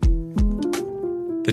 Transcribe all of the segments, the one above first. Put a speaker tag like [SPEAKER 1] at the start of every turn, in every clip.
[SPEAKER 1] The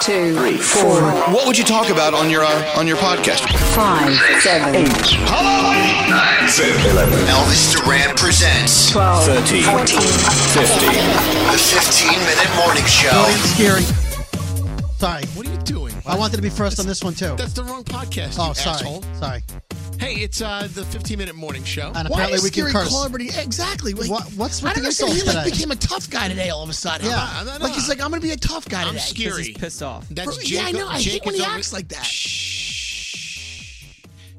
[SPEAKER 2] two, three, four,
[SPEAKER 3] What would you talk about on your uh, on your podcast?
[SPEAKER 2] five, seven, eight,
[SPEAKER 3] Elvis Duran presents
[SPEAKER 2] twelve,
[SPEAKER 4] 13,
[SPEAKER 2] fourteen,
[SPEAKER 4] 15.
[SPEAKER 3] the 15 minute morning show.
[SPEAKER 5] Scary. Sorry.
[SPEAKER 6] What are you doing?
[SPEAKER 5] I wanted to be first on this one too.
[SPEAKER 6] That's the wrong podcast.
[SPEAKER 5] Oh,
[SPEAKER 6] you
[SPEAKER 5] sorry.
[SPEAKER 6] Asshole.
[SPEAKER 5] Sorry.
[SPEAKER 6] Hey, it's uh, the 15 minute morning show.
[SPEAKER 5] And
[SPEAKER 6] Why
[SPEAKER 5] apparently
[SPEAKER 6] is
[SPEAKER 5] we can
[SPEAKER 6] Gary
[SPEAKER 5] curse.
[SPEAKER 6] Coleman- exactly. Like,
[SPEAKER 5] What- what's with
[SPEAKER 6] I don't
[SPEAKER 5] the
[SPEAKER 6] understand. He
[SPEAKER 5] insults
[SPEAKER 6] like
[SPEAKER 5] today?
[SPEAKER 6] became a tough guy today all of a sudden.
[SPEAKER 5] Yeah.
[SPEAKER 6] I'm not- like he's like, I'm gonna be a tough guy
[SPEAKER 4] I'm
[SPEAKER 6] today.
[SPEAKER 4] scary. pissed off.
[SPEAKER 6] That's Bro, Jake. yeah, I know. I hate Jake when is he over- acts like that.
[SPEAKER 4] Shh.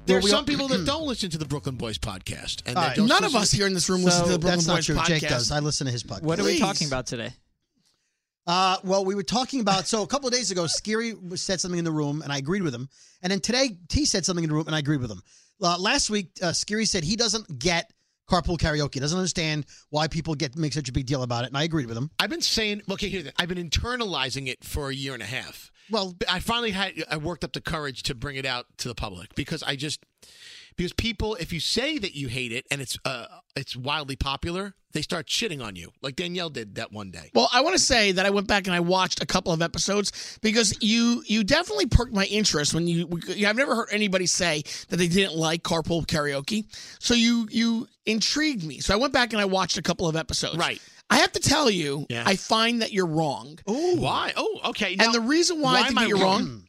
[SPEAKER 6] There
[SPEAKER 5] Well,
[SPEAKER 6] are
[SPEAKER 5] we
[SPEAKER 6] some
[SPEAKER 5] all-
[SPEAKER 6] people that don't listen to the Brooklyn Boys podcast, and
[SPEAKER 5] All
[SPEAKER 6] that
[SPEAKER 5] right.
[SPEAKER 6] don't
[SPEAKER 5] None
[SPEAKER 6] listen
[SPEAKER 5] of
[SPEAKER 6] to-
[SPEAKER 5] us here in
[SPEAKER 6] this room
[SPEAKER 5] No, that's not true. Jake does. I listen to his podcast.
[SPEAKER 4] What are we
[SPEAKER 6] Please.
[SPEAKER 4] talking about today?
[SPEAKER 5] Uh, well, we were talking about so a couple of days ago, Scary said something in the room, and I agreed with him. And then today, T said something in the room, and I agreed with him. Uh, last week, uh, Scary said he doesn't get carpool karaoke, doesn't understand why people get make such a big deal about it, and I agreed with him.
[SPEAKER 6] I've been saying, okay, here's the I've been internalizing it for a year and a half.
[SPEAKER 5] Well,
[SPEAKER 6] I finally had I worked up the courage to bring it out to the public because I just because people if you say that you hate it and it's uh it's wildly popular, they start shitting on you like Danielle did that one day.
[SPEAKER 7] Well, I want to say that I went back and I watched a couple of episodes because you you definitely perked my interest when you. I've never heard anybody say that they didn't like carpool karaoke, so you you intrigued me. So I went back and I watched a couple of episodes.
[SPEAKER 6] Right.
[SPEAKER 7] I have to tell you,
[SPEAKER 6] Yeah.
[SPEAKER 7] I find that you're wrong,
[SPEAKER 6] Oh, why? Oh, okay. Now,
[SPEAKER 7] and the reason why,
[SPEAKER 6] why
[SPEAKER 7] I think
[SPEAKER 6] am I
[SPEAKER 7] that you're
[SPEAKER 6] wrong?
[SPEAKER 7] wrong,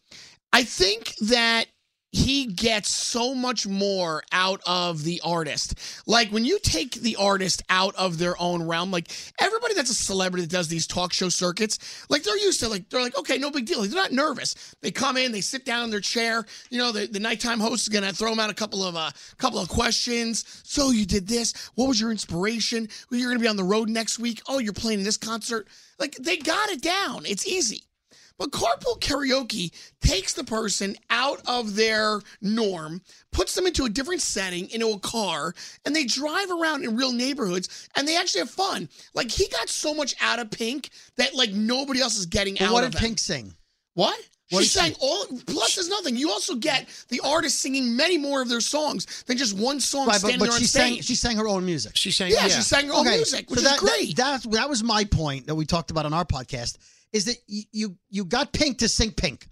[SPEAKER 7] I think that he gets so much more out of the artist. Like when you take the artist out of their own realm, like everybody that's a celebrity that does these talk show circuits, like they're used to like they're like, okay, no big deal. Like, they're not nervous. They come in, they sit down in their chair. You know, the, the nighttime host is gonna throw them out a couple of uh couple of questions. So you did this. What was your inspiration? Well, you're gonna be on the road next week. Oh, you're playing in this concert. Like they got it down. It's easy. But carpool karaoke takes the person out of their norm, puts them into a different setting, into a car, and they drive around in real neighborhoods and they actually have fun. Like he got so much out of Pink that like nobody else is getting
[SPEAKER 5] But
[SPEAKER 7] out
[SPEAKER 5] what
[SPEAKER 7] of
[SPEAKER 5] did
[SPEAKER 7] him.
[SPEAKER 5] Pink sing?
[SPEAKER 7] What?
[SPEAKER 5] What
[SPEAKER 7] She's
[SPEAKER 5] did she-
[SPEAKER 7] saying all. Plus, there's nothing. You also get the artist singing many more of their songs than just one song
[SPEAKER 5] Right, but,
[SPEAKER 7] standing
[SPEAKER 5] but
[SPEAKER 7] there on
[SPEAKER 5] she sang
[SPEAKER 7] stage.
[SPEAKER 5] she sang her own music. She
[SPEAKER 6] sang
[SPEAKER 7] Yeah, she yeah. sang her own music, which is
[SPEAKER 5] that, that-
[SPEAKER 7] great.
[SPEAKER 5] That, that was my point that we talked about on our podcast is that you you, you got Pink to sing Pink.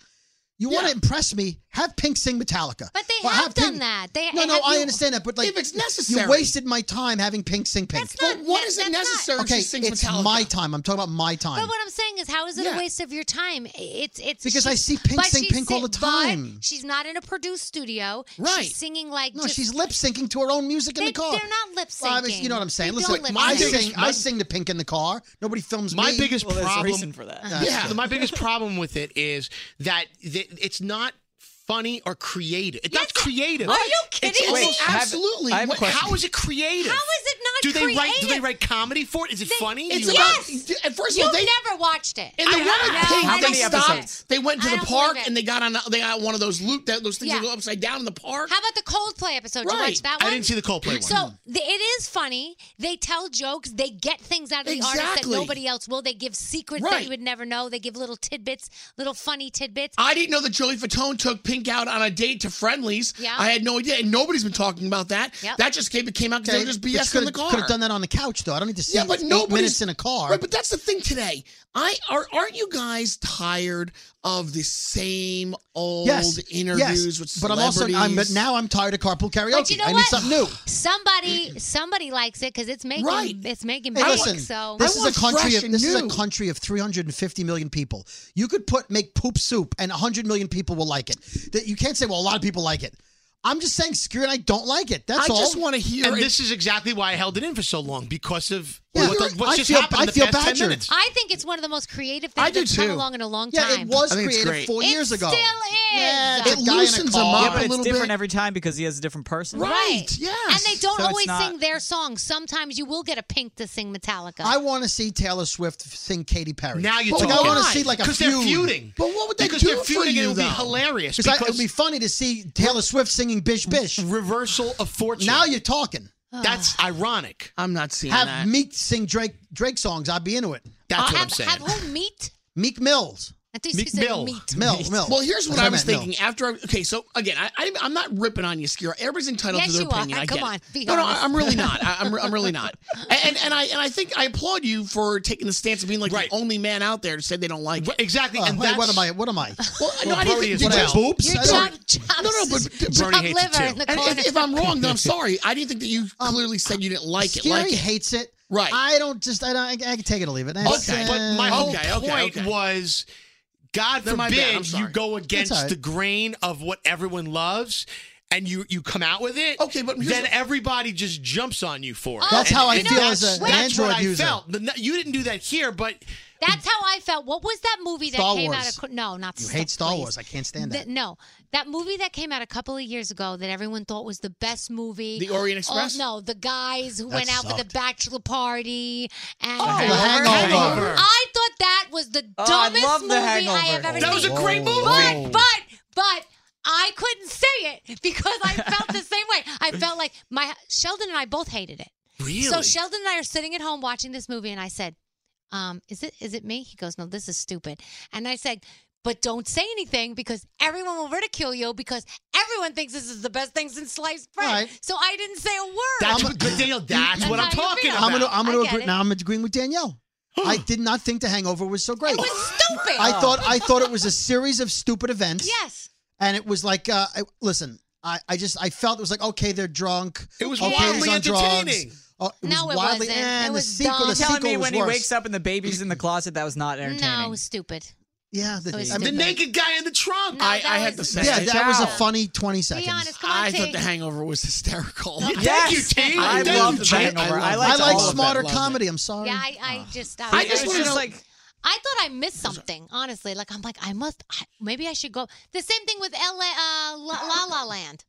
[SPEAKER 5] You want to impress me? Have Pink sing Metallica.
[SPEAKER 8] But they
[SPEAKER 5] Well,
[SPEAKER 8] have,
[SPEAKER 5] have
[SPEAKER 8] done
[SPEAKER 5] Pink-
[SPEAKER 8] that. They
[SPEAKER 5] no, no,
[SPEAKER 8] have
[SPEAKER 5] I
[SPEAKER 8] you-
[SPEAKER 5] understand that, but like
[SPEAKER 7] If it's necessary.
[SPEAKER 5] you wasted my time having Pink sing Pink.
[SPEAKER 7] But what is it necessary? if
[SPEAKER 5] okay,
[SPEAKER 7] she sings
[SPEAKER 5] it's
[SPEAKER 7] Metallica?
[SPEAKER 5] my time. I'm talking about my time.
[SPEAKER 8] But what I'm saying is, how is it
[SPEAKER 5] Yeah.
[SPEAKER 8] a waste of your time? It's it's
[SPEAKER 5] Because I
[SPEAKER 8] she's-
[SPEAKER 5] see Pink
[SPEAKER 8] but
[SPEAKER 5] sing
[SPEAKER 8] she's
[SPEAKER 5] Pink all
[SPEAKER 8] si-
[SPEAKER 5] the
[SPEAKER 8] but
[SPEAKER 5] time.
[SPEAKER 8] she's not in a produced studio.
[SPEAKER 5] Right.
[SPEAKER 8] She's singing like
[SPEAKER 5] no,
[SPEAKER 8] just-
[SPEAKER 5] she's lip syncing to her own music in
[SPEAKER 8] They-
[SPEAKER 5] the car.
[SPEAKER 8] they're not lip
[SPEAKER 5] Well, I mean, you know what I'm
[SPEAKER 8] syncing.
[SPEAKER 5] saying?
[SPEAKER 8] They
[SPEAKER 5] Listen,
[SPEAKER 8] don't lip
[SPEAKER 5] I
[SPEAKER 8] sync.
[SPEAKER 5] sing,
[SPEAKER 6] My
[SPEAKER 5] I
[SPEAKER 6] biggest-
[SPEAKER 5] sing to Pink in the car. Nobody films
[SPEAKER 6] my
[SPEAKER 5] me.
[SPEAKER 6] biggest problem
[SPEAKER 7] Uh,
[SPEAKER 5] Yeah,
[SPEAKER 6] yeah,
[SPEAKER 5] sure.
[SPEAKER 6] my biggest problem with it is that th- it's not funny or creative. It's not creative.
[SPEAKER 8] Are you kidding
[SPEAKER 6] It's
[SPEAKER 8] me?
[SPEAKER 6] almost-
[SPEAKER 8] Wait, I have-
[SPEAKER 6] absolutely.
[SPEAKER 8] I have a
[SPEAKER 6] What-
[SPEAKER 8] question.
[SPEAKER 6] how is it creative?
[SPEAKER 8] How is it not
[SPEAKER 6] do they write? Do they
[SPEAKER 8] creative?
[SPEAKER 6] write comedy for it? Is it funny?
[SPEAKER 7] it's
[SPEAKER 6] Do you-
[SPEAKER 7] about-
[SPEAKER 8] Yes.
[SPEAKER 7] And first of
[SPEAKER 8] You've
[SPEAKER 7] all, they-
[SPEAKER 8] never watched it.
[SPEAKER 7] And the
[SPEAKER 8] I-
[SPEAKER 7] one
[SPEAKER 8] no,
[SPEAKER 7] at Pink,
[SPEAKER 8] I
[SPEAKER 7] they
[SPEAKER 8] don't believe
[SPEAKER 7] stopped.
[SPEAKER 8] it.
[SPEAKER 7] They went to
[SPEAKER 8] I
[SPEAKER 7] the
[SPEAKER 8] don't
[SPEAKER 7] park
[SPEAKER 8] believe it.
[SPEAKER 7] and they got on. a- They got one of those loop that those things
[SPEAKER 8] Yeah.
[SPEAKER 7] that go upside down in the park.
[SPEAKER 8] How about the Coldplay episode? Did You
[SPEAKER 7] Right.
[SPEAKER 8] watch that
[SPEAKER 6] I
[SPEAKER 8] one?
[SPEAKER 6] didn't see the Coldplay one.
[SPEAKER 8] So the, it is funny. They tell jokes. They get things out of the artist that
[SPEAKER 7] Exactly.
[SPEAKER 8] nobody else will. They give secrets that
[SPEAKER 7] Right.
[SPEAKER 8] you would never know. They give little tidbits, little funny tidbits.
[SPEAKER 7] I didn't know that Joey Fatone took Pink out on a date to Friendlies.
[SPEAKER 8] Yeah.
[SPEAKER 7] I had no idea, and nobody's been talking about that.
[SPEAKER 8] Yep.
[SPEAKER 7] That just came, it came out because they were just BS in the car.
[SPEAKER 5] Could have done that on the couch though. I don't need to see
[SPEAKER 7] Yeah, but
[SPEAKER 5] eight
[SPEAKER 7] nobody's-
[SPEAKER 5] minutes in a car.
[SPEAKER 7] Right, but that's the thing today. I are aren't you guys tired of the same old interviews with
[SPEAKER 5] but I'm also I'm, but
[SPEAKER 7] celebrities?
[SPEAKER 5] now I'm tired of carpool karaoke.
[SPEAKER 8] But you know
[SPEAKER 5] I need
[SPEAKER 8] what?
[SPEAKER 5] something new.
[SPEAKER 8] Somebody, somebody likes it because it's making
[SPEAKER 7] Right.
[SPEAKER 8] it's making
[SPEAKER 5] Hey,
[SPEAKER 8] big.
[SPEAKER 5] listen,
[SPEAKER 8] so
[SPEAKER 5] this is a country
[SPEAKER 7] fresh
[SPEAKER 5] of
[SPEAKER 7] and
[SPEAKER 5] this is a
[SPEAKER 7] new.
[SPEAKER 5] country of 350 million people. You could put make poop soup and 100 million people will like it. That you can't say well a lot of people like it. I'm just saying Scary and I don't like it. That's
[SPEAKER 7] I
[SPEAKER 5] all.
[SPEAKER 7] just want to hear
[SPEAKER 6] and
[SPEAKER 7] it.
[SPEAKER 6] this is exactly why I held it in for so long because of
[SPEAKER 5] Yeah.
[SPEAKER 6] what the,
[SPEAKER 5] You're-
[SPEAKER 6] what's
[SPEAKER 5] I
[SPEAKER 6] just
[SPEAKER 5] feel-
[SPEAKER 6] happened in
[SPEAKER 5] I
[SPEAKER 6] the
[SPEAKER 5] feel
[SPEAKER 6] past ten
[SPEAKER 5] badgered.
[SPEAKER 6] minutes.
[SPEAKER 8] I think it's one of the most creative
[SPEAKER 7] I
[SPEAKER 8] things
[SPEAKER 7] do
[SPEAKER 8] that's come
[SPEAKER 7] too.
[SPEAKER 8] along in a long
[SPEAKER 5] yeah,
[SPEAKER 8] time.
[SPEAKER 5] it was
[SPEAKER 7] I think it's
[SPEAKER 5] created
[SPEAKER 7] great.
[SPEAKER 5] four
[SPEAKER 8] It
[SPEAKER 5] years ago.
[SPEAKER 8] Still is.
[SPEAKER 5] Yeah,
[SPEAKER 7] It
[SPEAKER 5] the guy in a
[SPEAKER 7] loosens 'em
[SPEAKER 5] car.
[SPEAKER 7] up
[SPEAKER 4] Yeah, but
[SPEAKER 7] a
[SPEAKER 4] it's
[SPEAKER 7] little
[SPEAKER 4] different
[SPEAKER 7] bit.
[SPEAKER 4] every time because he has a different person.
[SPEAKER 7] right. Yes.
[SPEAKER 8] and they don't
[SPEAKER 4] So it's
[SPEAKER 8] always
[SPEAKER 4] not-
[SPEAKER 8] sing their songs. Sometimes you will get a Pink to sing Metallica.
[SPEAKER 5] I want to see Taylor Swift sing Katy Perry.
[SPEAKER 6] Now you're
[SPEAKER 5] Like,
[SPEAKER 6] talking.
[SPEAKER 5] I want
[SPEAKER 6] Why?
[SPEAKER 5] to see like a
[SPEAKER 6] 'Cause
[SPEAKER 5] feud.
[SPEAKER 6] they're feuding.
[SPEAKER 5] But what would they
[SPEAKER 6] Because
[SPEAKER 5] do
[SPEAKER 6] they're
[SPEAKER 5] for
[SPEAKER 6] feuding,
[SPEAKER 5] you
[SPEAKER 6] it would be
[SPEAKER 5] though?
[SPEAKER 6] hilarious,
[SPEAKER 5] Because I- it
[SPEAKER 6] because-
[SPEAKER 5] would be funny to see Taylor Swift singing Bish Bish.
[SPEAKER 6] Reversal of fortune.
[SPEAKER 5] Now you're talking.
[SPEAKER 6] that's ironic.
[SPEAKER 7] Ah. I'm not seeing
[SPEAKER 5] Have
[SPEAKER 7] that.
[SPEAKER 5] Meek sing Drake Drake songs. I'd be into it.
[SPEAKER 6] That's what I'm
[SPEAKER 8] Uh, have,
[SPEAKER 6] saying.
[SPEAKER 8] have who meet?
[SPEAKER 5] Meek Mills.
[SPEAKER 8] I think you
[SPEAKER 6] Meek
[SPEAKER 8] said
[SPEAKER 6] Mill.
[SPEAKER 8] meet.
[SPEAKER 5] Mill. Mill.
[SPEAKER 7] Well, here's what
[SPEAKER 5] That's
[SPEAKER 7] I was
[SPEAKER 5] meant, Mill.
[SPEAKER 7] thinking. After I, okay, so again, I, I I'm not ripping on you, Skira. Everybody's entitled to
[SPEAKER 8] Yes,
[SPEAKER 7] their
[SPEAKER 8] you are.
[SPEAKER 7] opinion. I
[SPEAKER 8] Come
[SPEAKER 7] get
[SPEAKER 8] on,
[SPEAKER 7] it.
[SPEAKER 8] be
[SPEAKER 7] no, no,
[SPEAKER 8] honest.
[SPEAKER 7] I'm really not. I, I'm I'm really not. And and I and I think I applaud you for taking the stance of being like
[SPEAKER 6] Right.
[SPEAKER 7] the only man out there who said they don't like it.
[SPEAKER 6] Exactly.
[SPEAKER 5] Uh,
[SPEAKER 6] and
[SPEAKER 5] wait,
[SPEAKER 6] that's,
[SPEAKER 5] what am I? What am I?
[SPEAKER 7] Well, no, I
[SPEAKER 6] Brody
[SPEAKER 7] didn't
[SPEAKER 6] is
[SPEAKER 7] think,
[SPEAKER 6] right.
[SPEAKER 7] did you,
[SPEAKER 5] Boobs?
[SPEAKER 8] Your
[SPEAKER 5] I don't-
[SPEAKER 8] chop, chops,
[SPEAKER 7] No, no, but-
[SPEAKER 8] chop
[SPEAKER 6] Bernie hates it
[SPEAKER 8] liver
[SPEAKER 6] too.
[SPEAKER 8] in the
[SPEAKER 7] and
[SPEAKER 8] corner.
[SPEAKER 7] if, if I'm wrong, then I'm sorry. I didn't think that you clearly said you didn't like it.
[SPEAKER 5] Um, Scary
[SPEAKER 7] Like it.
[SPEAKER 5] hates it.
[SPEAKER 7] Right.
[SPEAKER 5] I don't just. I don't. I, I can take it or leave it.
[SPEAKER 6] But,
[SPEAKER 5] That's,
[SPEAKER 7] Okay.
[SPEAKER 6] but my whole
[SPEAKER 7] Okay, okay,
[SPEAKER 6] point
[SPEAKER 7] okay.
[SPEAKER 6] was, God
[SPEAKER 7] Then my bad, I'm
[SPEAKER 6] forbid
[SPEAKER 7] sorry.
[SPEAKER 6] you go against
[SPEAKER 5] all right.
[SPEAKER 6] the grain of what everyone loves, and you you come out with it.
[SPEAKER 7] Okay, but here's
[SPEAKER 6] then
[SPEAKER 7] what-
[SPEAKER 6] everybody just jumps on you for it.
[SPEAKER 5] That's how I
[SPEAKER 6] And
[SPEAKER 5] feel
[SPEAKER 6] that's-
[SPEAKER 5] as a- an
[SPEAKER 6] that's
[SPEAKER 5] Android
[SPEAKER 6] what I
[SPEAKER 5] user.
[SPEAKER 6] Felt. The- You didn't do that here, but
[SPEAKER 8] That's how I felt. What was that movie that
[SPEAKER 5] Star
[SPEAKER 8] came out
[SPEAKER 5] Wars.
[SPEAKER 8] of? co- No, not
[SPEAKER 5] you
[SPEAKER 8] Star-
[SPEAKER 5] hate Star
[SPEAKER 8] please.
[SPEAKER 5] Wars. I can't stand
[SPEAKER 8] Th-
[SPEAKER 5] that.
[SPEAKER 8] no, that movie that came out a couple of years ago that everyone thought was the best movie.
[SPEAKER 7] The Orient Express?
[SPEAKER 8] Oh, no, the guys who
[SPEAKER 5] That
[SPEAKER 8] went out for the
[SPEAKER 5] sucked.
[SPEAKER 8] bachelor party and
[SPEAKER 5] The Hangover. Hangover.
[SPEAKER 8] I thought that was the
[SPEAKER 4] Oh, I
[SPEAKER 8] dumbest
[SPEAKER 4] love The
[SPEAKER 8] movie I
[SPEAKER 4] Hangover.
[SPEAKER 8] have ever
[SPEAKER 6] that was a
[SPEAKER 8] seen.
[SPEAKER 6] great
[SPEAKER 5] Whoa.
[SPEAKER 6] movie.
[SPEAKER 8] But but but I couldn't say it because I felt the same way. I felt like my Sheldon and I both hated it.
[SPEAKER 6] Really?
[SPEAKER 8] So Sheldon and I are sitting at home watching this movie, and I said, um, "Is it is it me?" He goes, "No, this is stupid." And I said, "But don't say anything because everyone will ridicule you because everyone thinks this is the best thing since sliced bread."
[SPEAKER 5] All right.
[SPEAKER 8] So I didn't say a word.
[SPEAKER 6] That's what, but Daniel, that's
[SPEAKER 8] That's
[SPEAKER 6] what I'm
[SPEAKER 8] how you
[SPEAKER 6] talking
[SPEAKER 8] feel.
[SPEAKER 6] about.
[SPEAKER 5] I'm gonna. I'm gonna
[SPEAKER 8] I get
[SPEAKER 5] agree.
[SPEAKER 8] it.
[SPEAKER 5] Now I'm agreeing with Danielle. I did not think The Hangover was so great.
[SPEAKER 8] it was stupid.
[SPEAKER 5] I thought. I thought it was a series of stupid events.
[SPEAKER 8] yes.
[SPEAKER 5] And it was like, uh, I, listen, I, I just, I felt it was like, okay, they're drunk.
[SPEAKER 6] It was
[SPEAKER 5] okay,
[SPEAKER 6] wildly
[SPEAKER 5] he's on
[SPEAKER 6] entertaining.
[SPEAKER 5] Drugs. Oh, it
[SPEAKER 8] No,
[SPEAKER 5] was
[SPEAKER 8] it
[SPEAKER 5] wildly,
[SPEAKER 8] wasn't.
[SPEAKER 5] eh,
[SPEAKER 8] It
[SPEAKER 5] and
[SPEAKER 8] was
[SPEAKER 5] the sequel,
[SPEAKER 8] dumb.
[SPEAKER 5] the
[SPEAKER 8] You're
[SPEAKER 4] Telling
[SPEAKER 5] sequel
[SPEAKER 4] me
[SPEAKER 5] was
[SPEAKER 4] when
[SPEAKER 5] worse.
[SPEAKER 4] he wakes up and the baby's in the closet, that was not entertaining.
[SPEAKER 8] No, it was stupid.
[SPEAKER 5] Yeah, the,
[SPEAKER 7] So he's
[SPEAKER 6] I'm the
[SPEAKER 7] stupid.
[SPEAKER 6] naked guy in the trunk.
[SPEAKER 7] I, I had to say,
[SPEAKER 5] Yeah, that was a funny 20 seconds.
[SPEAKER 7] I thought the Hangover was hysterical.
[SPEAKER 5] Yeah, thank you, Yes. T. I Thank loved you, The T. Hangover. I liked all of it. Loved it.
[SPEAKER 8] I'm sorry. Yeah, I,
[SPEAKER 5] Oh.
[SPEAKER 8] I just.
[SPEAKER 5] I just wanna know-
[SPEAKER 8] I thought I missed something. Honestly, like I'm like I must. I, maybe I should go. The same thing with LA, uh, La, La La Land.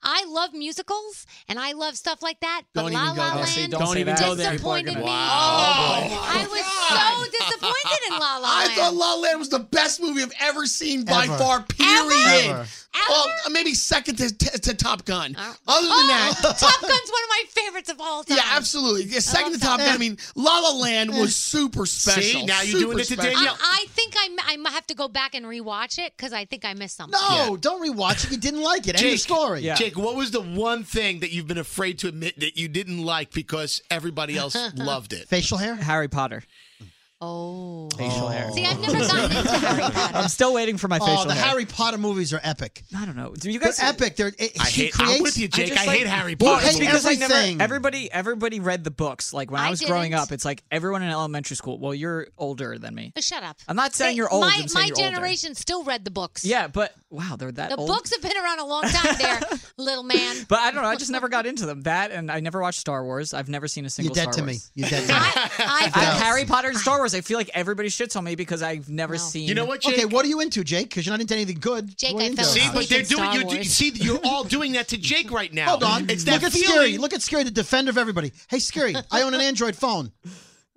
[SPEAKER 8] I love musicals and I love stuff like that, but
[SPEAKER 7] Don't
[SPEAKER 8] La
[SPEAKER 7] even go
[SPEAKER 8] La
[SPEAKER 7] there.
[SPEAKER 8] Land
[SPEAKER 7] See, don't say that. Don't even go there. People are
[SPEAKER 8] disappointed
[SPEAKER 7] gonna-
[SPEAKER 8] me. Oh,
[SPEAKER 7] Wow. Oh,
[SPEAKER 8] I was so disappointed in La La
[SPEAKER 7] I
[SPEAKER 8] Land.
[SPEAKER 7] thought La La Land was the best movie I've ever seen by
[SPEAKER 5] Ever.
[SPEAKER 7] far. Period.
[SPEAKER 5] Ever? Uh,
[SPEAKER 7] Well, maybe second to, to, to Top Gun. Other than
[SPEAKER 5] oh,
[SPEAKER 7] that,
[SPEAKER 8] Oh, Top Gun's one of my favorites of all time.
[SPEAKER 7] Yeah, absolutely. Yeah, second to Top Gun. I mean, La La Land was super special.
[SPEAKER 6] See, now you're doing
[SPEAKER 7] super
[SPEAKER 6] it to
[SPEAKER 7] special.
[SPEAKER 6] Danielle.
[SPEAKER 8] I, I think I, I might have to go back and rewatch it because I think I missed something.
[SPEAKER 5] No, don't rewatch it. You didn't like it. End of story.
[SPEAKER 6] Jake, what was the one thing that you've been afraid to admit that you didn't like because everybody else loved it?
[SPEAKER 5] Facial hair?
[SPEAKER 9] Harry Potter.
[SPEAKER 8] Oh.
[SPEAKER 9] Facial hair.
[SPEAKER 8] See, I've never gotten into Harry Potter.
[SPEAKER 9] I'm still waiting for my
[SPEAKER 5] oh,
[SPEAKER 9] facial
[SPEAKER 5] the
[SPEAKER 9] hair.
[SPEAKER 5] Harry Potter movies are epic.
[SPEAKER 9] I don't know. Do you
[SPEAKER 5] They're epic. They're it,
[SPEAKER 9] I
[SPEAKER 5] he
[SPEAKER 9] hate- I'm
[SPEAKER 5] creates.
[SPEAKER 9] with you,
[SPEAKER 6] Jake. I hate Harry
[SPEAKER 9] Well,
[SPEAKER 6] Potter.
[SPEAKER 9] it's because I
[SPEAKER 5] everything.
[SPEAKER 9] never everybody everybody read the books. Like when I,
[SPEAKER 8] I
[SPEAKER 9] was growing
[SPEAKER 8] didn't.
[SPEAKER 9] up, it's like everyone in elementary school. Well, you're older than me.
[SPEAKER 8] Uh, Shut up.
[SPEAKER 9] I'm not saying
[SPEAKER 8] They-
[SPEAKER 9] you're old,
[SPEAKER 8] My,
[SPEAKER 9] I'm saying
[SPEAKER 8] my
[SPEAKER 9] you're older.
[SPEAKER 8] generation still read the books.
[SPEAKER 9] Yeah, but wow, they're that
[SPEAKER 8] the
[SPEAKER 9] old.
[SPEAKER 8] books have been around a long time there, little man.
[SPEAKER 9] But I don't know. I just never got into them. That and I never watched Star Wars. I've never seen a single.
[SPEAKER 5] dead
[SPEAKER 9] Star
[SPEAKER 5] to me.
[SPEAKER 9] Wars.
[SPEAKER 5] You're dead
[SPEAKER 9] to me.
[SPEAKER 8] I,
[SPEAKER 9] Harry Potter and Star Wars. I feel like everybody shits on me because I've never seen.
[SPEAKER 5] Okay, what are you into, Jake? Because you're not into anything good. Jake,
[SPEAKER 9] I fell
[SPEAKER 6] See,
[SPEAKER 9] asleep
[SPEAKER 6] but they're
[SPEAKER 9] in
[SPEAKER 6] doing
[SPEAKER 9] Star
[SPEAKER 6] you. do-
[SPEAKER 9] Wars.
[SPEAKER 6] See, you're all doing that to Jake right now.
[SPEAKER 5] Hold on.
[SPEAKER 6] it's that
[SPEAKER 5] Look at
[SPEAKER 6] feeling.
[SPEAKER 5] Scary. Look at Scary, the defender of everybody. Hey, Scary, I own an Android phone.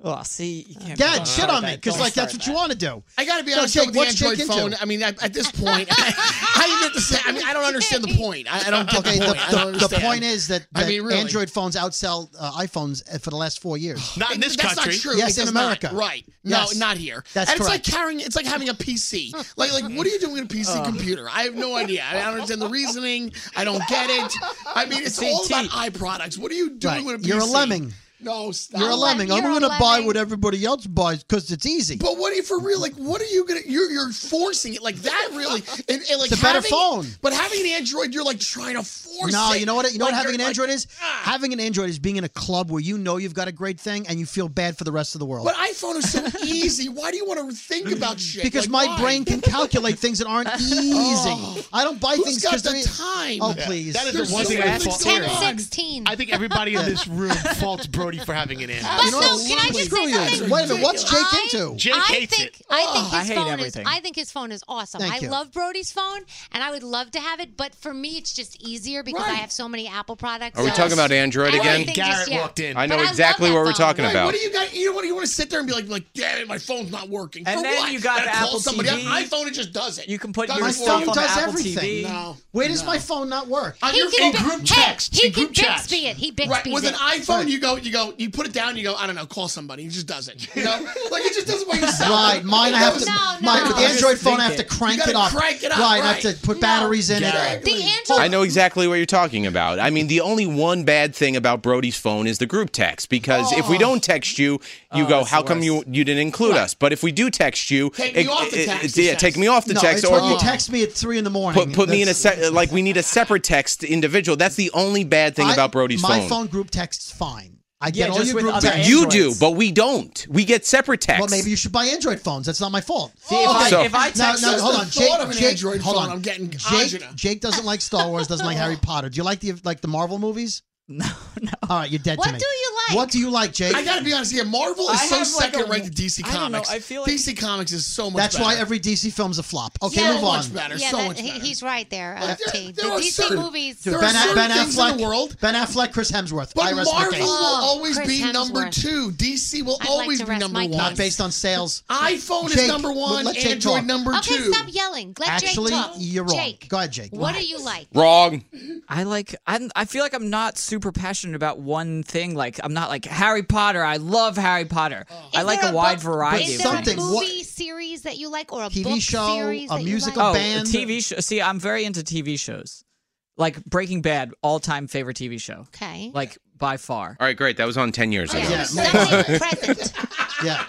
[SPEAKER 9] Oh, see, you can't.
[SPEAKER 7] Don't
[SPEAKER 5] Dad, shit
[SPEAKER 7] start
[SPEAKER 5] on me.
[SPEAKER 7] that.
[SPEAKER 5] Because
[SPEAKER 7] Don't
[SPEAKER 5] like that's
[SPEAKER 7] start
[SPEAKER 5] what you want to do.
[SPEAKER 7] I got to be
[SPEAKER 5] So,
[SPEAKER 7] honest
[SPEAKER 5] Jake,
[SPEAKER 7] with you,
[SPEAKER 5] what's
[SPEAKER 7] with the
[SPEAKER 5] Jake
[SPEAKER 7] Android
[SPEAKER 5] into?
[SPEAKER 7] phone. I mean, at, at this point, I even have to say. I mean, I don't understand the point. I, I don't get
[SPEAKER 5] Okay,
[SPEAKER 7] the
[SPEAKER 5] the,
[SPEAKER 7] point. I don't
[SPEAKER 5] the, the
[SPEAKER 7] understand.
[SPEAKER 5] point is that,
[SPEAKER 7] I
[SPEAKER 5] that
[SPEAKER 7] mean, really.
[SPEAKER 5] Android phones outsell uh, iPhones uh, for the last four years.
[SPEAKER 6] Not in this
[SPEAKER 7] That's
[SPEAKER 6] country.
[SPEAKER 7] not true.
[SPEAKER 5] Yes,
[SPEAKER 7] It
[SPEAKER 5] in
[SPEAKER 7] does not.
[SPEAKER 5] America.
[SPEAKER 7] Right. No,
[SPEAKER 5] Yes.
[SPEAKER 7] not here.
[SPEAKER 5] That's
[SPEAKER 7] and
[SPEAKER 5] correct. Uh.
[SPEAKER 7] it's like carrying it's like having a PC. Like like what are you doing with a PC
[SPEAKER 9] Oh.
[SPEAKER 7] computer? I have no idea. I don't understand the reasoning. I don't get it. I mean it's
[SPEAKER 9] See,
[SPEAKER 7] all
[SPEAKER 9] T-
[SPEAKER 7] about eye products. What are you doing
[SPEAKER 5] Right.
[SPEAKER 7] with a PC?
[SPEAKER 5] You're a lemming.
[SPEAKER 7] No, stop.
[SPEAKER 5] You're a lemming. I'm going to buy what everybody else buys because it's easy.
[SPEAKER 7] But what are you for real? Like, what are you gonna? You're you're forcing it like that, really? And, and like
[SPEAKER 5] It's a better
[SPEAKER 7] having-
[SPEAKER 5] phone.
[SPEAKER 7] But having an Android, you're like trying to force.
[SPEAKER 5] No,
[SPEAKER 7] it.
[SPEAKER 5] you know what? You know what
[SPEAKER 7] Like,
[SPEAKER 5] having an
[SPEAKER 7] you're, like- ah,
[SPEAKER 5] Android is? Having an Android is being in a club where you know you've got a great thing and you feel bad for the rest of the world.
[SPEAKER 7] But iPhone is so easy. Why do you want to think about shit?
[SPEAKER 5] because
[SPEAKER 7] Like,
[SPEAKER 5] my
[SPEAKER 7] why?
[SPEAKER 5] brain can calculate things that aren't easy.
[SPEAKER 7] Oh.
[SPEAKER 5] I don't buy
[SPEAKER 7] Who's
[SPEAKER 5] things
[SPEAKER 7] got
[SPEAKER 5] because
[SPEAKER 7] the
[SPEAKER 5] they're
[SPEAKER 7] time?
[SPEAKER 5] Oh
[SPEAKER 7] Yeah.
[SPEAKER 5] please,
[SPEAKER 6] That is
[SPEAKER 7] There's
[SPEAKER 6] the one
[SPEAKER 7] so
[SPEAKER 6] thing I
[SPEAKER 7] many
[SPEAKER 6] fault.
[SPEAKER 7] things
[SPEAKER 6] Brody.
[SPEAKER 7] going on.
[SPEAKER 8] 16.
[SPEAKER 6] I think everybody in this room faults Brody for having an
[SPEAKER 8] But
[SPEAKER 6] Android.
[SPEAKER 8] no, can I just
[SPEAKER 5] Screw
[SPEAKER 8] say
[SPEAKER 5] you.
[SPEAKER 8] something?
[SPEAKER 5] Wait a minute, what's Jake
[SPEAKER 8] I-
[SPEAKER 5] into? Oh,
[SPEAKER 6] Jake
[SPEAKER 8] I
[SPEAKER 6] hates
[SPEAKER 8] think
[SPEAKER 6] it.
[SPEAKER 8] I think his
[SPEAKER 9] I hate
[SPEAKER 8] phone
[SPEAKER 9] everything.
[SPEAKER 8] is. I think his phone is awesome.
[SPEAKER 5] Thank
[SPEAKER 8] I
[SPEAKER 5] you.
[SPEAKER 8] love Brody's phone, and I would love to have it. But for me, it's just easier because I have so many Apple products.
[SPEAKER 10] Are we
[SPEAKER 8] so-
[SPEAKER 10] talking about Android again?
[SPEAKER 8] Everything just-
[SPEAKER 6] Garrett
[SPEAKER 8] yeah.
[SPEAKER 6] walked in.
[SPEAKER 10] I know
[SPEAKER 8] But I love
[SPEAKER 10] exactly
[SPEAKER 8] that
[SPEAKER 10] what we're
[SPEAKER 8] phone.
[SPEAKER 10] talking
[SPEAKER 7] Right,
[SPEAKER 10] about.
[SPEAKER 7] What do you got? You know what? You want to sit there and be like, like, damn it, my phone's not working.
[SPEAKER 9] And
[SPEAKER 7] For
[SPEAKER 9] then
[SPEAKER 7] what?
[SPEAKER 9] you got
[SPEAKER 7] Gotta call
[SPEAKER 9] Apple
[SPEAKER 7] somebody
[SPEAKER 9] TV.
[SPEAKER 7] else. iPhone. It just does it.
[SPEAKER 9] You can put
[SPEAKER 7] Does
[SPEAKER 9] your
[SPEAKER 7] it for
[SPEAKER 9] stuff
[SPEAKER 7] you.
[SPEAKER 9] on
[SPEAKER 5] does
[SPEAKER 9] Apple
[SPEAKER 5] everything.
[SPEAKER 9] TV.
[SPEAKER 7] No.
[SPEAKER 5] Where does
[SPEAKER 7] no.
[SPEAKER 5] my phone not work?
[SPEAKER 7] On
[SPEAKER 8] He
[SPEAKER 7] your
[SPEAKER 8] can
[SPEAKER 7] phone,
[SPEAKER 8] Bi-
[SPEAKER 7] group
[SPEAKER 8] hey,
[SPEAKER 7] text.
[SPEAKER 8] he
[SPEAKER 7] in
[SPEAKER 8] can
[SPEAKER 7] group chats.
[SPEAKER 8] Bixby it. He
[SPEAKER 7] Right.
[SPEAKER 8] Bixby's
[SPEAKER 7] With an
[SPEAKER 8] it.
[SPEAKER 7] iPhone, you go, you go, you put it down, you go, I don't know, call somebody. It just does it. You know, like it just does it by yourself.
[SPEAKER 5] Right, mine I have to.
[SPEAKER 7] No,
[SPEAKER 8] no.
[SPEAKER 5] my, with the
[SPEAKER 8] You
[SPEAKER 5] Android
[SPEAKER 9] just
[SPEAKER 5] phone,
[SPEAKER 9] think
[SPEAKER 5] I have to
[SPEAKER 9] it.
[SPEAKER 5] crank
[SPEAKER 7] You
[SPEAKER 5] it,
[SPEAKER 7] gotta
[SPEAKER 5] up.
[SPEAKER 7] crank it up,
[SPEAKER 5] I have
[SPEAKER 7] right.
[SPEAKER 5] to put batteries in it.
[SPEAKER 8] The Android.
[SPEAKER 10] I know exactly what you're talking about. I mean, the only one bad thing about Brody's phone is the group text because if we don't text you, you go, "How come you you didn't include us?" But if we do text you,
[SPEAKER 7] Take me off the text, Oh. he
[SPEAKER 10] yeah,
[SPEAKER 7] says.
[SPEAKER 10] take me off the
[SPEAKER 5] no,
[SPEAKER 10] text
[SPEAKER 5] it's
[SPEAKER 10] or
[SPEAKER 5] when you text me at three in the morning.
[SPEAKER 10] put, put me in a se- like we need a separate text individual. That's the only bad thing
[SPEAKER 5] I-
[SPEAKER 10] about Brody's
[SPEAKER 5] my
[SPEAKER 10] phone.
[SPEAKER 5] group text's fine. I
[SPEAKER 9] Yeah,
[SPEAKER 5] get all
[SPEAKER 9] just
[SPEAKER 5] your
[SPEAKER 9] with
[SPEAKER 5] group
[SPEAKER 9] other
[SPEAKER 5] texts.
[SPEAKER 10] you
[SPEAKER 9] Androids.
[SPEAKER 10] do, but we don't. We get separate texts.
[SPEAKER 5] Well, maybe you should buy Android phones. That's not my fault.
[SPEAKER 9] See, if, I,
[SPEAKER 10] So-
[SPEAKER 9] if I
[SPEAKER 5] Now,
[SPEAKER 9] text
[SPEAKER 5] now,
[SPEAKER 7] just
[SPEAKER 5] hold
[SPEAKER 7] the
[SPEAKER 5] on,
[SPEAKER 7] thought
[SPEAKER 5] Jake.
[SPEAKER 7] of an
[SPEAKER 5] Jake,
[SPEAKER 7] Android
[SPEAKER 5] hold
[SPEAKER 7] phone,
[SPEAKER 5] on.
[SPEAKER 7] I'm getting
[SPEAKER 5] Jake,
[SPEAKER 7] agita.
[SPEAKER 5] Jake doesn't like Star Wars. Doesn't like Harry Potter. Do you like the like the Marvel movies? No, no. All right, you're dead to
[SPEAKER 8] What
[SPEAKER 5] me.
[SPEAKER 8] do you like?
[SPEAKER 5] What do you like, Jake?
[SPEAKER 7] I gotta be honest, yeah, Marvel is
[SPEAKER 9] I
[SPEAKER 7] so
[SPEAKER 9] have, like,
[SPEAKER 7] second
[SPEAKER 9] a-
[SPEAKER 7] rate to DC
[SPEAKER 9] I
[SPEAKER 7] Comics.
[SPEAKER 9] don't know, I feel like-
[SPEAKER 7] DC Comics is so much.
[SPEAKER 5] That's
[SPEAKER 7] better.
[SPEAKER 5] why every DC film's a flop. Okay,
[SPEAKER 7] so
[SPEAKER 5] move on.
[SPEAKER 7] much better.
[SPEAKER 8] Yeah,
[SPEAKER 7] so
[SPEAKER 8] that-
[SPEAKER 7] much
[SPEAKER 8] he-
[SPEAKER 7] better.
[SPEAKER 8] he's right there. Uh,
[SPEAKER 7] But there-
[SPEAKER 8] T. the
[SPEAKER 7] there are
[SPEAKER 8] DC
[SPEAKER 7] certain-
[SPEAKER 8] movies.
[SPEAKER 7] there are
[SPEAKER 5] Ben,
[SPEAKER 7] certain
[SPEAKER 5] ben
[SPEAKER 7] things in
[SPEAKER 5] Affleck,
[SPEAKER 7] the world-
[SPEAKER 5] Ben Affleck, Chris Hemsworth. I
[SPEAKER 7] But
[SPEAKER 5] rest my
[SPEAKER 7] Marvel
[SPEAKER 5] case.
[SPEAKER 7] will
[SPEAKER 8] Oh,
[SPEAKER 7] always
[SPEAKER 8] Chris
[SPEAKER 7] be number
[SPEAKER 8] Hemsworth.
[SPEAKER 7] two. DC will
[SPEAKER 8] I'd like
[SPEAKER 7] always
[SPEAKER 8] to
[SPEAKER 7] be
[SPEAKER 8] rest
[SPEAKER 7] number
[SPEAKER 8] my
[SPEAKER 7] one.
[SPEAKER 8] case.
[SPEAKER 5] Not based on sales.
[SPEAKER 7] iPhone
[SPEAKER 5] Jake,
[SPEAKER 7] is number one.
[SPEAKER 5] let Jake
[SPEAKER 7] Android
[SPEAKER 5] talk.
[SPEAKER 7] number
[SPEAKER 8] Okay,
[SPEAKER 7] two.
[SPEAKER 8] stop yelling. Let
[SPEAKER 5] Actually,
[SPEAKER 8] Jake talk.
[SPEAKER 5] you're wrong.
[SPEAKER 8] Jake,
[SPEAKER 5] Go ahead, Jake.
[SPEAKER 8] What do you like?
[SPEAKER 10] Wrong.
[SPEAKER 9] I like I'm, I feel like I'm not super passionate about one thing. Like I'm not like Harry Potter. I love Harry Potter. I
[SPEAKER 8] Is
[SPEAKER 9] like
[SPEAKER 8] there
[SPEAKER 9] a wide
[SPEAKER 8] book-
[SPEAKER 9] variety
[SPEAKER 8] Is
[SPEAKER 9] of
[SPEAKER 8] there
[SPEAKER 9] things.
[SPEAKER 5] something-
[SPEAKER 8] a movie
[SPEAKER 5] what-
[SPEAKER 8] series that you like, or a
[SPEAKER 5] TV
[SPEAKER 8] book
[SPEAKER 5] show,
[SPEAKER 8] series
[SPEAKER 5] a
[SPEAKER 8] that
[SPEAKER 5] musical
[SPEAKER 8] you
[SPEAKER 9] Oh,
[SPEAKER 8] like?
[SPEAKER 5] band.
[SPEAKER 9] TV show. See, I'm very into TV shows. Like Breaking Bad, all-time favorite TV show.
[SPEAKER 8] Oh, Okay.
[SPEAKER 9] Like by far.
[SPEAKER 10] All right, great. That was on ten years ago.
[SPEAKER 5] Yeah.
[SPEAKER 8] Something present.
[SPEAKER 5] Yeah.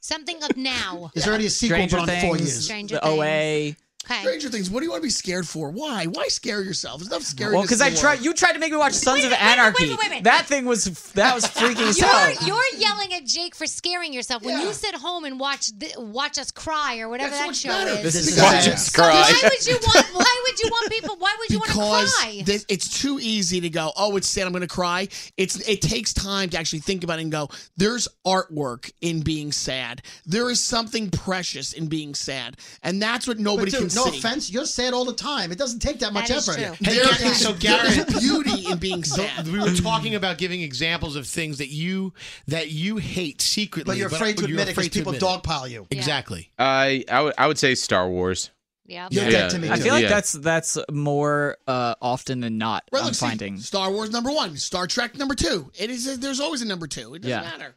[SPEAKER 8] Something of now.
[SPEAKER 5] Is there already a sequel
[SPEAKER 9] Stranger
[SPEAKER 5] but on
[SPEAKER 9] Things,
[SPEAKER 5] four years?
[SPEAKER 8] Stranger
[SPEAKER 9] the OA,
[SPEAKER 7] Stranger Things. What do you want to be scared for? Why? Why scare yourself? It's enough scary.
[SPEAKER 9] Well, because I tried. You tried to make me watch Sons of Anarchy.
[SPEAKER 8] wait, wait, wait.
[SPEAKER 9] That thing was that was freaking as hell.
[SPEAKER 8] You're, you're yelling at Jake for scaring yourself when you sit home and watch th- watch us cry or whatever that show is.
[SPEAKER 10] is Watch us cry.
[SPEAKER 8] Why would you want? Why would you want people? Why would you want
[SPEAKER 7] because
[SPEAKER 8] to cry?
[SPEAKER 7] this- it's too easy to go. Oh, it's sad. I'm going to cry. It's it takes time to actually think about it and go. There's artwork in being sad. There is something precious in being sad, and that's what nobody
[SPEAKER 5] But dude,
[SPEAKER 7] can
[SPEAKER 5] no
[SPEAKER 7] see.
[SPEAKER 5] offense, you're sad all the time. It doesn't take that much
[SPEAKER 7] That is
[SPEAKER 5] effort.
[SPEAKER 7] true.
[SPEAKER 6] Hey,
[SPEAKER 5] There
[SPEAKER 6] Gary,
[SPEAKER 5] is-
[SPEAKER 6] so
[SPEAKER 5] there is
[SPEAKER 6] Gary,
[SPEAKER 7] beauty in being sad.
[SPEAKER 6] we were talking about giving examples of things that you that you hate secretly,
[SPEAKER 5] But you're afraid to admit it 'cause
[SPEAKER 6] afraid to
[SPEAKER 5] people
[SPEAKER 6] admit it.
[SPEAKER 5] dogpile you.
[SPEAKER 6] Exactly.
[SPEAKER 10] I I would I would say Star Wars.
[SPEAKER 8] Yeah,
[SPEAKER 10] You're Yeah. dead to me,
[SPEAKER 9] I
[SPEAKER 10] too.
[SPEAKER 9] feel like
[SPEAKER 10] Yeah.
[SPEAKER 9] that's that's more uh, often than not. Um,
[SPEAKER 7] Well,
[SPEAKER 9] I'm
[SPEAKER 7] look, see,
[SPEAKER 9] finding.
[SPEAKER 7] Star Wars number one, Star Trek number two. It is. There's always a number two. It doesn't
[SPEAKER 9] Yeah.
[SPEAKER 7] matter.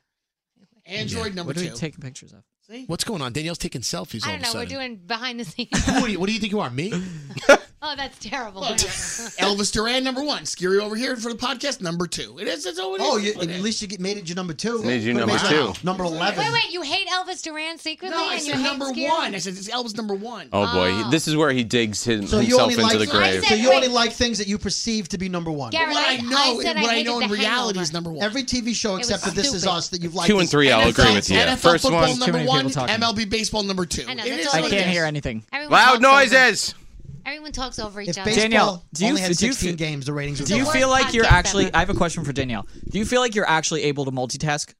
[SPEAKER 7] Android
[SPEAKER 6] Yeah.
[SPEAKER 7] number
[SPEAKER 6] What are
[SPEAKER 7] two.
[SPEAKER 6] we taking
[SPEAKER 9] pictures of?
[SPEAKER 6] What's going on? Danielle's taking selfies. all
[SPEAKER 8] I
[SPEAKER 6] of
[SPEAKER 8] don't
[SPEAKER 6] a
[SPEAKER 8] know. We're
[SPEAKER 6] sudden.
[SPEAKER 8] doing behind the scenes.
[SPEAKER 6] Who are you- what do you think you are, me?
[SPEAKER 8] Oh, that's terrible.
[SPEAKER 7] Elvis Duran number one. Scary over here for the podcast number two. It is. It's always.
[SPEAKER 5] Oh, you, at least you get, made it your number two.
[SPEAKER 10] Made you
[SPEAKER 5] What
[SPEAKER 10] number
[SPEAKER 5] makes
[SPEAKER 10] two.
[SPEAKER 5] that Number
[SPEAKER 8] wait,
[SPEAKER 5] eleven.
[SPEAKER 8] wait. You hate Elvis Duran secretly,
[SPEAKER 7] No, I
[SPEAKER 8] and you
[SPEAKER 7] said
[SPEAKER 8] hate
[SPEAKER 7] number
[SPEAKER 8] Scary?
[SPEAKER 7] one. I said it's Elvis number one.
[SPEAKER 10] Oh boy, this is where he digs his,
[SPEAKER 5] So you
[SPEAKER 10] himself
[SPEAKER 5] only
[SPEAKER 10] into
[SPEAKER 5] like
[SPEAKER 10] the grave.
[SPEAKER 5] so you only like things that you perceive to be number one.
[SPEAKER 8] Garrett,
[SPEAKER 7] What I
[SPEAKER 8] I
[SPEAKER 7] know-
[SPEAKER 8] said I
[SPEAKER 7] what I
[SPEAKER 8] hated
[SPEAKER 7] know in
[SPEAKER 8] The
[SPEAKER 7] reality is number
[SPEAKER 8] Hangover.
[SPEAKER 7] one.
[SPEAKER 5] Every TV show except for
[SPEAKER 8] was
[SPEAKER 5] This Is
[SPEAKER 8] stupid.
[SPEAKER 5] Us that you've liked.
[SPEAKER 10] Two and
[SPEAKER 5] is
[SPEAKER 10] three, I'll
[SPEAKER 5] NFL
[SPEAKER 10] agree with you.
[SPEAKER 7] NFL
[SPEAKER 10] First
[SPEAKER 7] football
[SPEAKER 10] one.
[SPEAKER 9] Too
[SPEAKER 7] number
[SPEAKER 9] many
[SPEAKER 7] one,
[SPEAKER 9] people talking.
[SPEAKER 7] MLB baseball number two.
[SPEAKER 8] I know,
[SPEAKER 7] It
[SPEAKER 8] that's
[SPEAKER 7] is
[SPEAKER 8] all
[SPEAKER 9] I
[SPEAKER 7] what
[SPEAKER 9] can't
[SPEAKER 7] it is.
[SPEAKER 9] hear anything.
[SPEAKER 8] Everyone
[SPEAKER 10] Loud
[SPEAKER 8] talks over-
[SPEAKER 10] noises.
[SPEAKER 8] Everyone talks over each
[SPEAKER 5] If
[SPEAKER 8] other.
[SPEAKER 5] baseball
[SPEAKER 9] Danielle, do you-
[SPEAKER 5] only had
[SPEAKER 9] do you feel-
[SPEAKER 5] 16 games, the ratings would
[SPEAKER 9] Do
[SPEAKER 5] be
[SPEAKER 9] you
[SPEAKER 5] higher.
[SPEAKER 9] feel like you're
[SPEAKER 8] podcast
[SPEAKER 9] actually?
[SPEAKER 8] ever.
[SPEAKER 9] I have a question for Danielle. Do you feel like you're actually able to multitask?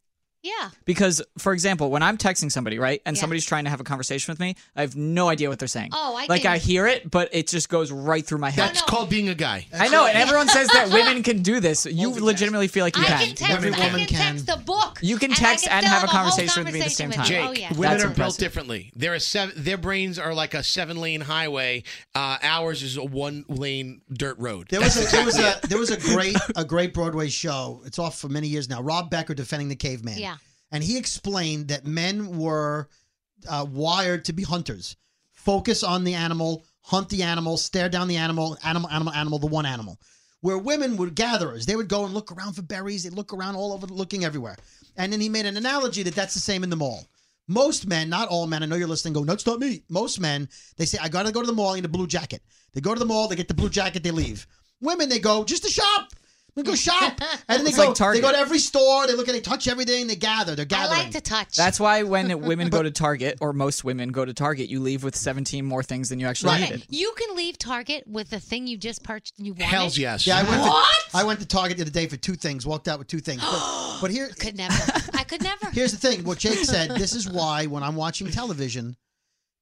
[SPEAKER 8] yeah.
[SPEAKER 9] Because, for example, when I'm texting somebody, right, and
[SPEAKER 8] Yeah.
[SPEAKER 9] somebody's trying to have a conversation with me, I have no idea what they're saying.
[SPEAKER 8] Oh, I
[SPEAKER 9] like
[SPEAKER 8] can-
[SPEAKER 9] I hear it, but it just goes right through my head.
[SPEAKER 6] That's called being a guy.
[SPEAKER 9] I know, and everyone says that women can do this. You legitimately feel like you
[SPEAKER 8] I
[SPEAKER 9] can.
[SPEAKER 8] can text.
[SPEAKER 5] Every
[SPEAKER 8] I
[SPEAKER 5] woman
[SPEAKER 8] can
[SPEAKER 5] can.
[SPEAKER 8] text the book.
[SPEAKER 9] You can
[SPEAKER 8] and I
[SPEAKER 9] text and
[SPEAKER 8] still
[SPEAKER 9] have a
[SPEAKER 8] whole
[SPEAKER 9] conversation with me at the same time.
[SPEAKER 8] you.
[SPEAKER 6] Jake,
[SPEAKER 8] Oh yeah.
[SPEAKER 6] women
[SPEAKER 9] That's
[SPEAKER 6] are built
[SPEAKER 9] impressive.
[SPEAKER 6] differently. They're a seven, their brains are like a seven-lane highway. Uh, ours is a one-lane dirt road.
[SPEAKER 5] There was a, there was a there was a great a great Broadway show. It's off for many years now. Rob Becker defending the caveman.
[SPEAKER 8] Yeah.
[SPEAKER 5] and he explained that men were uh, wired to be hunters. Focus on the animal, hunt the animal, stare down the animal, animal, animal, animal, the one animal. Where women were gatherers, they would go and look around for berries. They look around all over, looking everywhere. And then he made an analogy that that's the same in the mall. Most men, not all men, I know you're listening, go, no, it's not me. Most men, they say, I gotta go to the mall, I need a blue jacket. They go to the mall, they get the blue jacket, they leave. Women, they go, just to shop. They go shop. And then they
[SPEAKER 9] It's
[SPEAKER 5] go,
[SPEAKER 9] like Target.
[SPEAKER 5] they go to every store, they look and they touch everything, they gather, they're
[SPEAKER 8] I
[SPEAKER 5] gathering.
[SPEAKER 8] like to touch.
[SPEAKER 9] That's why when women go to Target, or most women go to Target, you leave with 17 more things than you actually
[SPEAKER 5] Right.
[SPEAKER 9] needed.
[SPEAKER 8] you can leave Target with the thing you just purchased and you wanted.
[SPEAKER 6] Hell's yes.
[SPEAKER 5] Yeah, I went.
[SPEAKER 8] What?
[SPEAKER 5] To, I went to Target the other day for two things. Walked out with two things. But, but here,
[SPEAKER 8] Could never. I could never.
[SPEAKER 5] here's the thing. What Jake said. This is why when I'm watching television,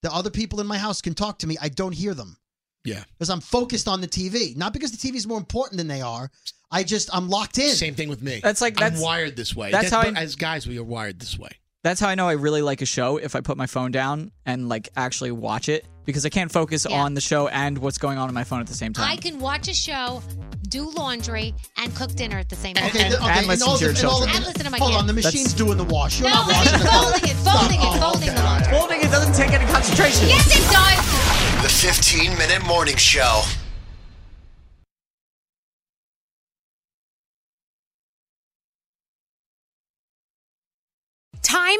[SPEAKER 5] the other people in my house can talk to me. I don't hear them
[SPEAKER 6] yeah.
[SPEAKER 5] because I'm focused on the TV. Not because the TV is more important than they are. I just I'm locked in.
[SPEAKER 6] Same thing with me.
[SPEAKER 9] That's like- that's-
[SPEAKER 6] I'm wired this way.
[SPEAKER 9] that's how I-
[SPEAKER 6] but as guys we are wired this way.
[SPEAKER 9] That's how I know I really like a show if I put my phone down and like actually watch it because I can't focus
[SPEAKER 8] Yeah.
[SPEAKER 9] on the show and what's going on on my phone at the same time.
[SPEAKER 8] I can watch a show, do laundry, and cook dinner at the same time.
[SPEAKER 5] Okay, th- okay.
[SPEAKER 9] and listen
[SPEAKER 5] all
[SPEAKER 9] to your
[SPEAKER 5] the- all the-
[SPEAKER 9] children.
[SPEAKER 8] And listen to my
[SPEAKER 5] Hold on, the
[SPEAKER 8] kids.
[SPEAKER 5] machine's doing the wash. You're
[SPEAKER 8] no,
[SPEAKER 5] not
[SPEAKER 8] I mean
[SPEAKER 5] washing the
[SPEAKER 8] folding it, folding
[SPEAKER 5] Stop.
[SPEAKER 8] it,
[SPEAKER 5] Oh,
[SPEAKER 8] folding
[SPEAKER 5] okay.
[SPEAKER 8] the laundry.
[SPEAKER 9] Folding it doesn't take any concentration.
[SPEAKER 8] Yes, it does.
[SPEAKER 3] The 15 minute morning show.
[SPEAKER 8] Time